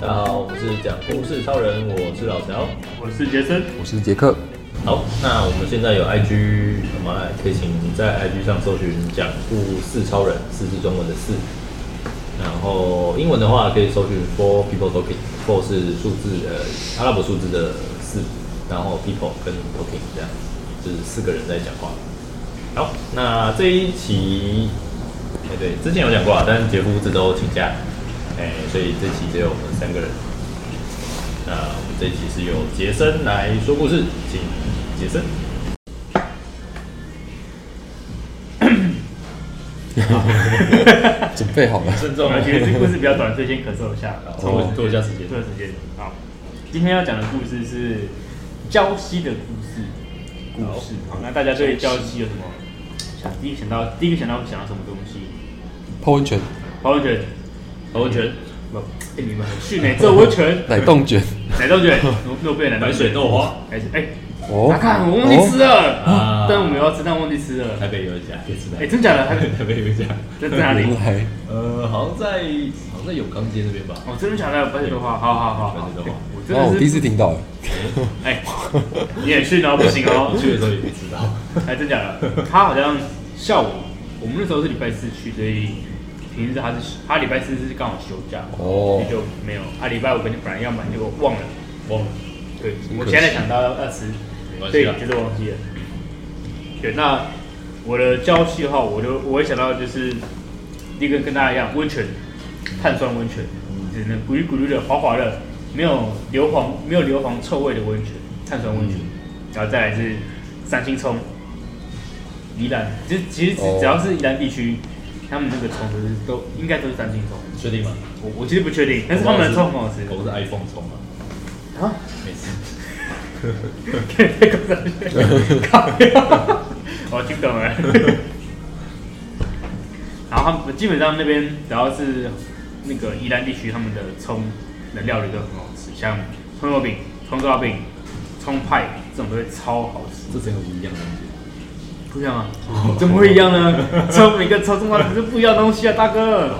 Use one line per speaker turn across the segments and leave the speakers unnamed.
大家好，我们是讲故事超人，我是老乔。
我是杰森，
我是杰克，
好，那我们现在有 IG，我们来可以请在 IG 上搜寻“讲故事超人”，四是中文的四。然后英文的话可以搜寻 “Four People Talking”，Four 是数字呃阿拉伯数字的四，然后 People 跟 Talking 这样，就是四个人在讲话。好，那这一期，哎、对，之前有讲过啊，但是杰夫这周请假，哎、所以这期只有我们三个人。那我们这一期是由杰森来说故事，请杰森。
准备好了。
慎
我们觉得呃这个故事比较短，所以先咳嗽一下，
稍微多一下时间
这。段时间。好，今天要讲的故事是礁溪的故事。故事，好，那大家对礁溪有什么想？第一个想到，第一个想到会想到什么东西？
泡温泉、
泡温泉，
泡温泉、
不，嗯哎你们很逊哎，这温泉，
奶冻卷，
奶豆卷，诺诺贝尔奶豆
白
卷
水豆花，
还是哎，
哦
啊看我忘记吃
啊
了，但我们要吃，但忘记吃了。
台北有一家，可以吃
哎，真假的？还
台北有一家，
在在 哪里？
原来
呃，好像在好像在永康街那边吧。
哦，真的假的？白水豆花，好好好好哎
白水豆花，
我真
哇，哦我
的
第一
是，
次听到，
哎，你也去呢？不行哦
我，去的时候也没吃到。
哎，真假的？他好像下午，我们那时候是礼拜四去，所以平时他是他礼拜四是刚好休假，所
哦
以就没有。他礼拜五本本来要买，结果忘了。
忘了，
对，我
可惜
现在想到要吃，
没关
对
系，啊。
就是忘记了。对，那我的交气号，我就我会想到就是第一个跟大家一样，温泉，碳酸温泉，就是那咕噜咕噜的、滑滑的，没有硫磺、没有硫磺臭味的温泉，碳酸温泉。然后再来是三星葱，宜兰，就其实只
哦
只要是宜兰地区，他们那个葱都是都应该都是三星葱。
确定吗？
我我其实不确定，但是他们的葱很好吃。
我不是 iPhone 充吗？
啊，
没事。
靠腰 我听懂了。然后他们基本上那边只要是那个宜兰地区，他们的葱的料理都很好吃，像葱油饼、葱抓饼、葱派这种都会超好吃。
这真有不一样的东西。
不一样啊？怎么会一样呢？葱每个葱葱花是不一样的东西啊，大哥。哎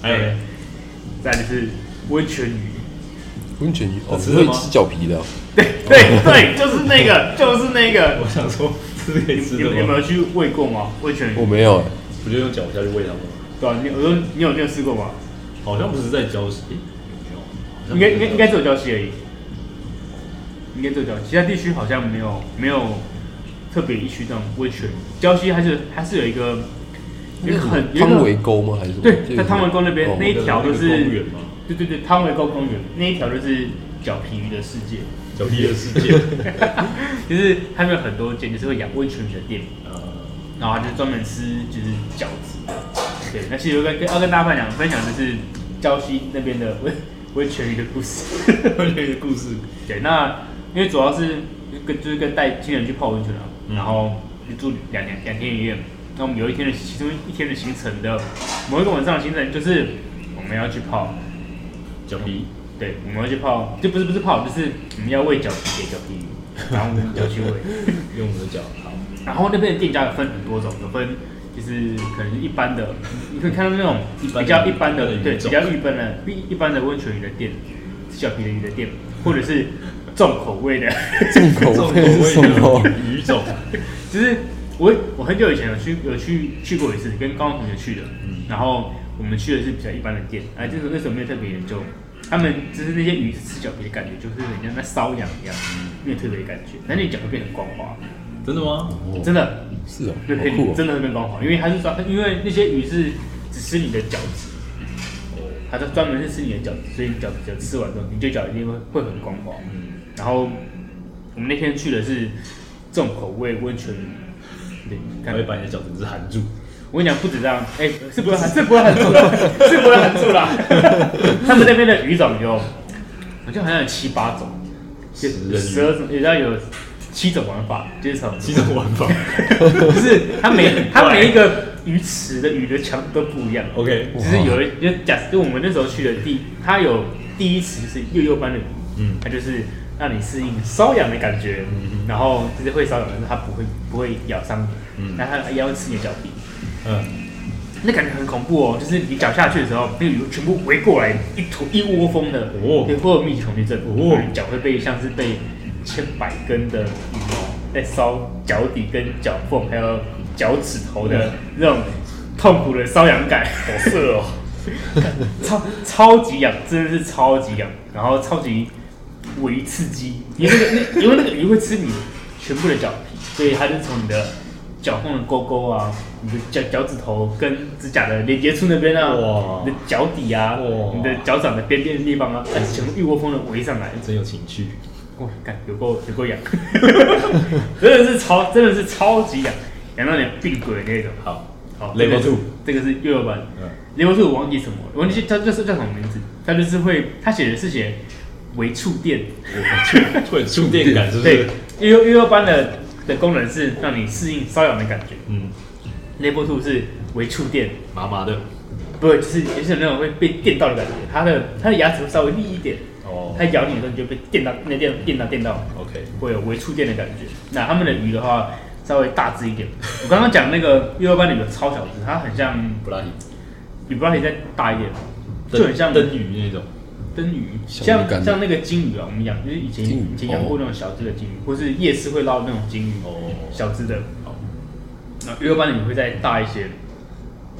还有嘞，
再来就是温泉鱼，
温泉鱼哦，
吃
你
了
会
吗
吃脚皮的哦，
对对对，就是那个，就是那个。
我想说，是可以吃
你们
的
有没
吗？
有去喂过吗？温泉
我
鱼？
没有哎，
不就用脚下去喂它们吗？
对啊，你我说你有你有试过吗？
好像不是在礁溪，
应该应该应该只有礁溪而已，应该只有礁溪，其他地区好像没有没有特别一区这种温泉。礁溪还是还是有一个有一个很有一
汤
个
围沟吗？还是什么
对，在汤围沟那
哦
边那一条就
那
是
个公园 吗
对对对，汤围沟公园那一条就是脚皮鱼的世界，
脚皮的世界。
就是他们有很多间就是会养温泉鱼的店，
呃，
然后他就专门吃就是饺子。对，那其实我跟跟要跟大家分享分享的是礁溪那边的温温泉鱼的故事。
那个故事，
对，那因为主要是跟就是跟带亲人去泡温泉啊，
嗯
然后就住两天两天一夜。那我们有一天的其中一天的行程的某一个晚上的行程就是我们要去泡，
脚皮
对，我们要去泡，就不是不是泡，就是我们要喂脚皮给脚皮鱼，然后我们就去喂。
用我们的脚，好，
然后那边的店家有分很多种，有分就是可能是一般的，你可以看到那种比较一般的，对，比较一般的一一般的温泉鱼的店，小皮的鱼的店，或者是重口味的，
重口味是什么？
的鱼种，
就是我我很久以前有去有去去过一次，跟高中同学去的，然后我们去的是比较一般的店，哎，就是那时候没有特别研究，他们就是那些鱼吃脚皮的感觉，就是很像在瘙痒一样，没有特别的感觉，但你脚会变得很光滑，
真的吗？
哦
真的。
是哦，
对，可以
好酷
真
哦，
的会变光滑，因为它是专，因为那些鱼是只吃你的脚趾，它是专门是吃你的脚趾，所以你脚趾吃完之后，你对脚一定会会很光滑。
嗯，
然后我们那天去的是重口味温泉鱼，对，你
还
看
会把你的脚整只含住，
我跟你讲，不止这样，哎、是不会含，是不会 含住啦，是不会含住 啦。他们那边的鱼种有，好像好像有七八种，
食人鱼
有十二种，也知道有七种玩法，就是从
七种玩法。
就是它 每它
怪
每一个鱼池的鱼的强度都不一样。
OK，
只是有一就假设就我们那时候去的第，它有第一池是幼幼班的鱼，
嗯
它就是让你适应瘙痒的感觉，然后就是会瘙痒，但是它不会不会咬伤你。
嗯
然后它也要吃你的脚皮，
嗯，
那感觉很恐怖哦，就是你脚下去的时候，那个鱼全部围过来，一坨一窝蜂的，
哦
对，会有蜜虫去症，
哦
然后你脚会被像是被千百根的羽毛在烧脚底跟脚缝，还有脚趾头的那种痛苦的瘙痒感，嗯好色哦， 超超级痒，真的是超级痒，然后超级微刺激，因为那个那因为那个鱼会吃你全部的脚皮，所以它就从你的脚缝的沟沟啊，你的脚脚趾头跟指甲的连接处那边啊，
哇
你的脚底啊
哇，
你的脚掌的边边的地方啊，它全部一窝蜂的围上来，
真有情趣。
哇，干有够有够 痒，真的是超真的是超级痒，痒到你病鬼那种。
好，
好
Level
这个
two
这个是幼幼版，
嗯，
Level Two 我忘记什么了，我忘记它就是叫什么名字，它就是会，它写的是写微触电，
我突然触电感是不
对
是？，
因为因为班的的功能是让你适应瘙痒的感觉
嗯，
，Level Two 是微触电，
麻麻的。
不是就是也是有那种会被电到的感觉，它的它的牙齿会稍微利一点，
哦
它咬你的时候你就被电到，那电电到电到，
，OK，
会有微触电的感觉。那他们的鱼的话稍微大只一点，我刚刚讲那个幼幼班的鱼超小只，它很像
布拉提，
比布拉提再大一点，
灯
就很像
灯鱼那种。
灯鱼，
像
像
鱼干
像那个金鱼啊，我们养就是以前
金鱼哦
以前养过那种小只的金鱼，或是夜市会捞的那种金鱼，
哦
小只的。那鱼肉斑你会再大一些，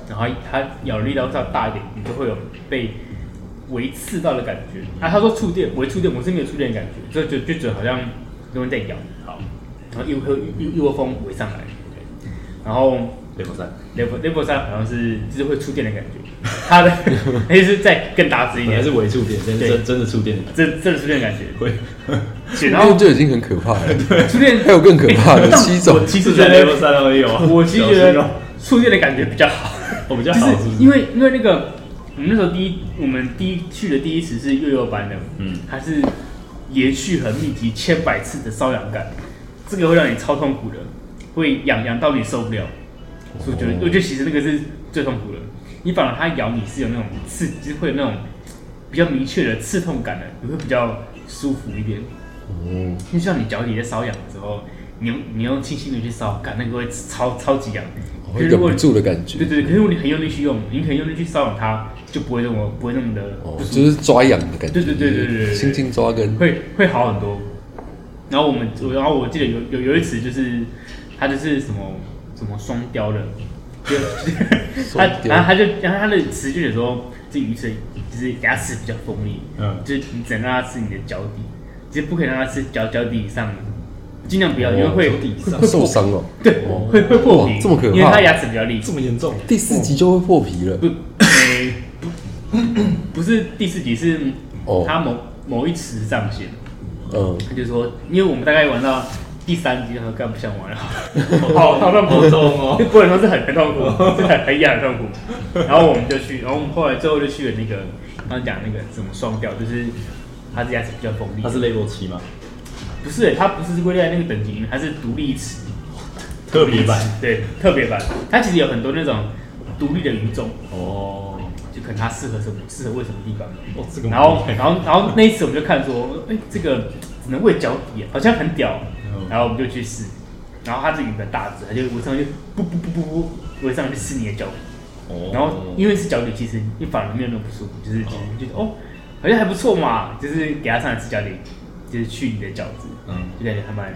然后它咬力道再大一点，你就会有被围刺到的感觉。啊，他说触电，围触电，我是没有触电的感觉，就就就觉得好像有人在咬，
好
然后一窝一一窝蜂围上来，然后
，Level 三，
level level 三好像是就是会触电的感觉，它 的它就是再更大只一
你还
点
是，微触电，真
对
真真的触电感
真真的触电的感觉。
会。
对然
然后
后
就已经很可怕了。
触电
还有更可怕的
但
七种
我其实觉
在 Level
得，
三而已哦。
我其实觉
小心
得
哦
触电的感觉比较好，
我比较
就
好，是
是
不
因
是？
为因为那个我们那时候第一我们第一去的第一次是幼幼班的，
嗯
嗯，它是延续很密集千百次的瘙痒感，这个会让你超痛苦的，会痒痒到你受不了，所以我觉得
哦
我觉得其实那个是最痛苦的，你反而它咬你是有那种刺，就是会有那种比较明确的刺痛感的，你会比较舒服一点。
哦，
就像你脚底在瘙痒的时候，你用你用轻轻的去烧，感那个会超超级痒。可
哦会
是
忍
如果
不
你
住的感
对
觉。
对，对可是如果你很用力去用，你很用力去瘙痒它，就不会那么不会那么的
哦
不，舒服，
就是抓痒的感觉。
对对对对对对对
轻轻抓跟
会会好很多。然后我们我然后我记得有有有一次就是它就是什么什么双雕的，就 它
双雕
然后它就然后它的词就有时候这鱼刺就是牙齿比较锋利，
嗯
就是你只能让它吃你的脚底，就是不可以让它吃脚脚底以上的，尽量不要，因为
哦
会
脚底以上
会
受 伤哦。
对，
哦
会会破皮
哇，这么可怕
因为它牙齿比较利。
这么严重？
第四集就会破皮了
不，。诶不，不是第四集是
哦
它某某一池上线，
嗯，
他就说，因为我们大概玩到第三集，他说干不想玩了，好好痛苦
好痛哦
这过程中是很很痛苦，真的很痒很痛苦。然后我们就去，然后我们后来最后就去了那个刚刚讲那个什么双调，就是它的牙齿比较锋利，
它是 Level 七吗？
不是它不是归类在那个等级里面，它是独立齿，
特别版。
对，特别版。它其实有很多那种独立的语种，
哦，
就可能它适合什么，适合喂什么地方。
哦，这个
然后，然后，然后那一次我们就看说，哎、这个只能喂脚底，好像很屌
嗯。
然后我们就去试，然后它这个比较大只，它就围上去，不不不不不，围上去吃你的脚底。
哦
然后因为是脚底，其实你反而没有那么不舒服，就是
哦
就觉得哦，好像还不错嘛，就是给它上来吃脚底，就是去你的脚趾，
嗯
就感觉还蛮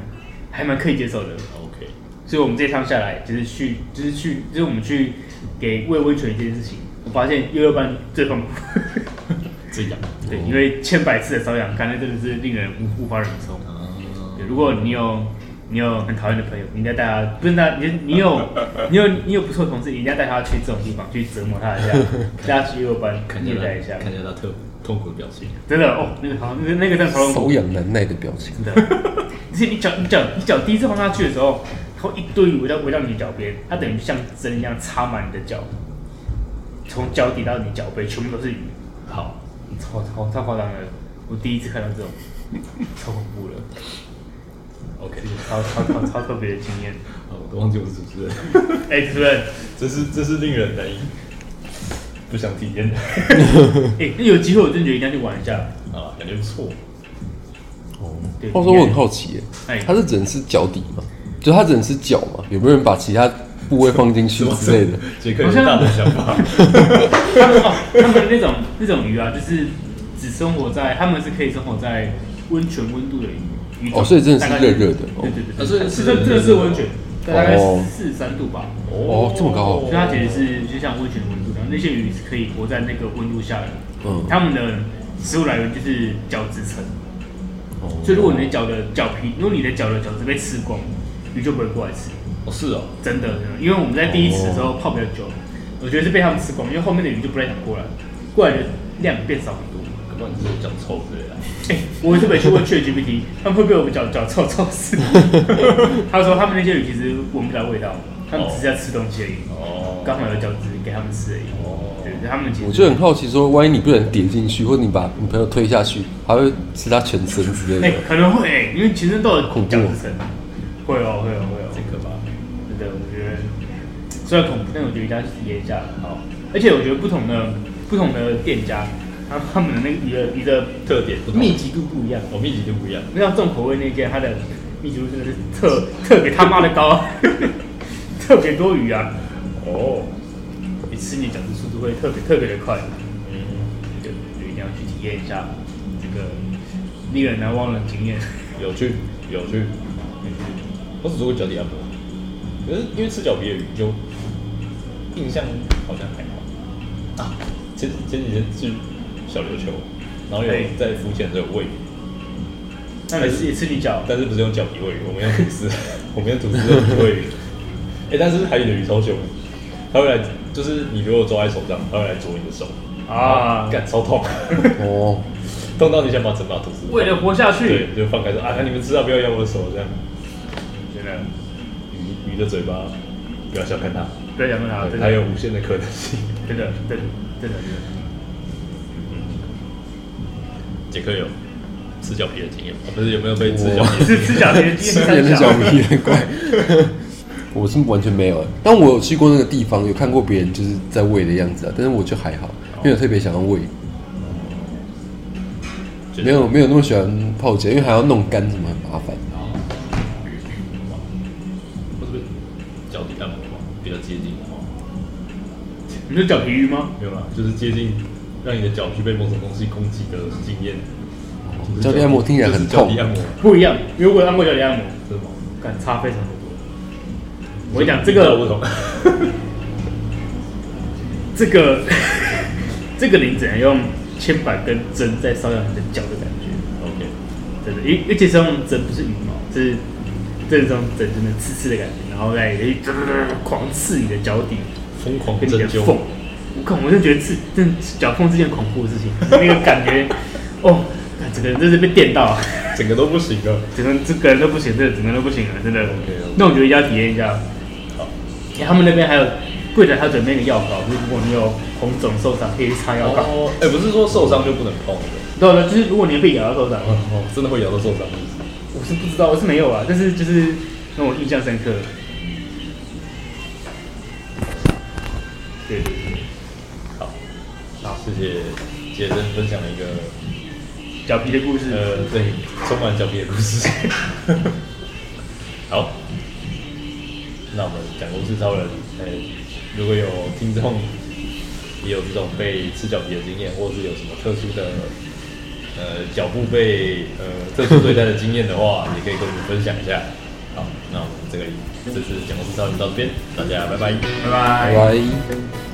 还蛮可以接受的。
，OK，
所以我们这一趟下来，就是去，就是去，就是我们去给喂温泉这件事情，我发现幼幼班最痛苦。
这样。
对，因为千百次的瘙痒，感那真的是令人无无法忍受。
啊
对，如果你有你有很讨厌的朋友，你应该带他，不是那，你你有你有你有不错的同事，你应该带他去这种地方去折磨他一下，带他去幼儿班
看
虐
见
待一下
他，，看见他特痛苦的表情，
真的哦，那个好像那个那个真的超痛苦
瘙痒难耐的表情。
真的。而且你脚你脚你脚第一次放下去的时候，它会一堆围到围到你的脚边，它等于像针一样插满你的脚，从脚底到你脚背全部都是鱼。
好，
超超超夸张的，我第一次看到这种，超恐怖了，
OK，
超超超超特别的经验。
好，我都忘记我是主持人，
哎、主任，
这是这是令人难以不想体验的，
哎、那有机会我真的觉得应该去玩一下。
啊，感觉不错，
哦
对，
话说我很好奇耶
哎，
它是只能吃脚底吗？就它只能吃脚嘛，有没有人把其他部位放进 去之类的？
杰克有大胆想法，
他们哦，他们那种那种鱼啊，就是只生活在他们是可以生活在温泉温度的鱼鱼种
哦所以真的是
大概
热热的哦
对对对，
啊所以
是
是
这这是温泉，大概
哦
四十三度吧。
哦这么高哦
所以它其实是就像温泉的温度，然后那些鱼是可以活在那个温度下的。
嗯
它们的食物来源就是角质层，
哦
嗯
所以如果你的脚的脚皮，如果你的脚的角质被吃光，鱼就不会过来吃。
哦是哦，
真的，真的，因为我们在第一次的时候泡比较久，我觉得是被他们吃光，因为后面的鱼就不太想过来，过来的量变少很多。
可能你是讲臭之类的。
哎、我特别去问 ChatGPT，他们会被我们脚脚臭臭死。他说他们那些鱼其实闻不到味道，他们只是在吃东西而已，
哦，
刚好有角质给他们吃而已。
哦
对，他们其实
我就很好奇说，万一你不小心跌进去，或者你把你朋友推下去，还会吃他全身
哎、
之类的。
可能会、哎因为其实都有
恐怖
角质层，会哦，会哦，会哦
这。个吧，
真的，我觉得虽然恐怖，但我觉得一家是体验一下好。而且我觉得不同的不同的店家，他他们的那个鱼的鱼的
特点不同，
密集度不一样。
我密集就不一样。
那像重口味那间，它的密集度真的是特特别他妈的高、啊， 特别多鱼啊！
哦，
你吃你讲的速度会特别特别的快，
嗯，
就就一定要去体验一下这个令人难忘的经验。
有趣有趣。我只做过脚底按摩，啊可是因为吃脚皮的鱼就印象好像还好啊。前前几天去小琉球，然后有
哎
在浮潜的时候喂鱼，
那你是也吃你脚，
但是不是用脚皮喂鱼，我们用吐司， 我们用吐司肉皮喂鱼。哎、但是海里的鱼超凶的，它会来，就是你如果抓在手上，它会来啄你的手
啊
干超痛，
哦，
痛到你想把整把吐司
为了活下去，
对，就放开说啊，你们知道不要咬我的手这样。
真的
鱼鱼的嘴巴，不要小看它，
不要讲它，真
它有
的
无限的可能性。
真的真的真的真的。
杰克有吃脚皮的经验吗？啊不是有没有被吃脚
我
皮？
是吃假的，
吃
今
别
天
人的
三
脚
小。
皮很怪。 我是完全没有、欸，但我有去过那个地方，有看过别人就是在喂的样子啊，但是我就还好，因为我特别想要喂，
就是
没有没有那么喜欢泡脚，因为还要弄干什么很麻烦。
或是脚底按摩嘛，比较接近的话，
你是脚皮鱼吗？
没有啦，就是接近让你的脚去被某种东西攻击的经验。就是
哦脚底按摩听起来很
就是脚底
痛
按摩
不一样，因为我有按过脚底按摩，
是吗？
感差非常的多。我跟你讲，这个
不同，
这个这个你只能用铅板跟针在搔痒你的脚的感觉，
OK，
真的，因因为其实用针不是羽毛，是这种针真的刺刺的感觉，然后再狂刺你的脚底
疯狂
跟
针
你的
灸
缝。。我靠，我就觉得刺这脚缝是件恐怖的事情，那个感觉，哦，整个人真是被电到、啊。
整个都不行了。
整个这个人都不行，这个整个都不行了，真的。
OK，OK
那我觉得一定要体验一下。
好，
欸他们那边还有柜台，他准备那个药膏，就是如果你有红肿受伤，可以擦药膏。
哦，哎、不是说受伤就不能碰的，
对了，就是如果你被咬到受伤，
哦，真的会咬到受伤。
我是不知道，我是没有啊，但是就是让我印象深刻。对对对，
好，
好，
谢谢杰森分享了一个
脚皮的故事。
呃，对，充满狡辩的故事。 好，那我们讲故事超人，呃、如果有听众也有这种被吃脚皮的经验，或是有什么特殊的呃脚部被呃特殊对待的经验的话， 也可以跟我们分享一下。好，那我们这个这次讲故事超人到这边，大家拜拜。
哎
拜拜
拜。拜。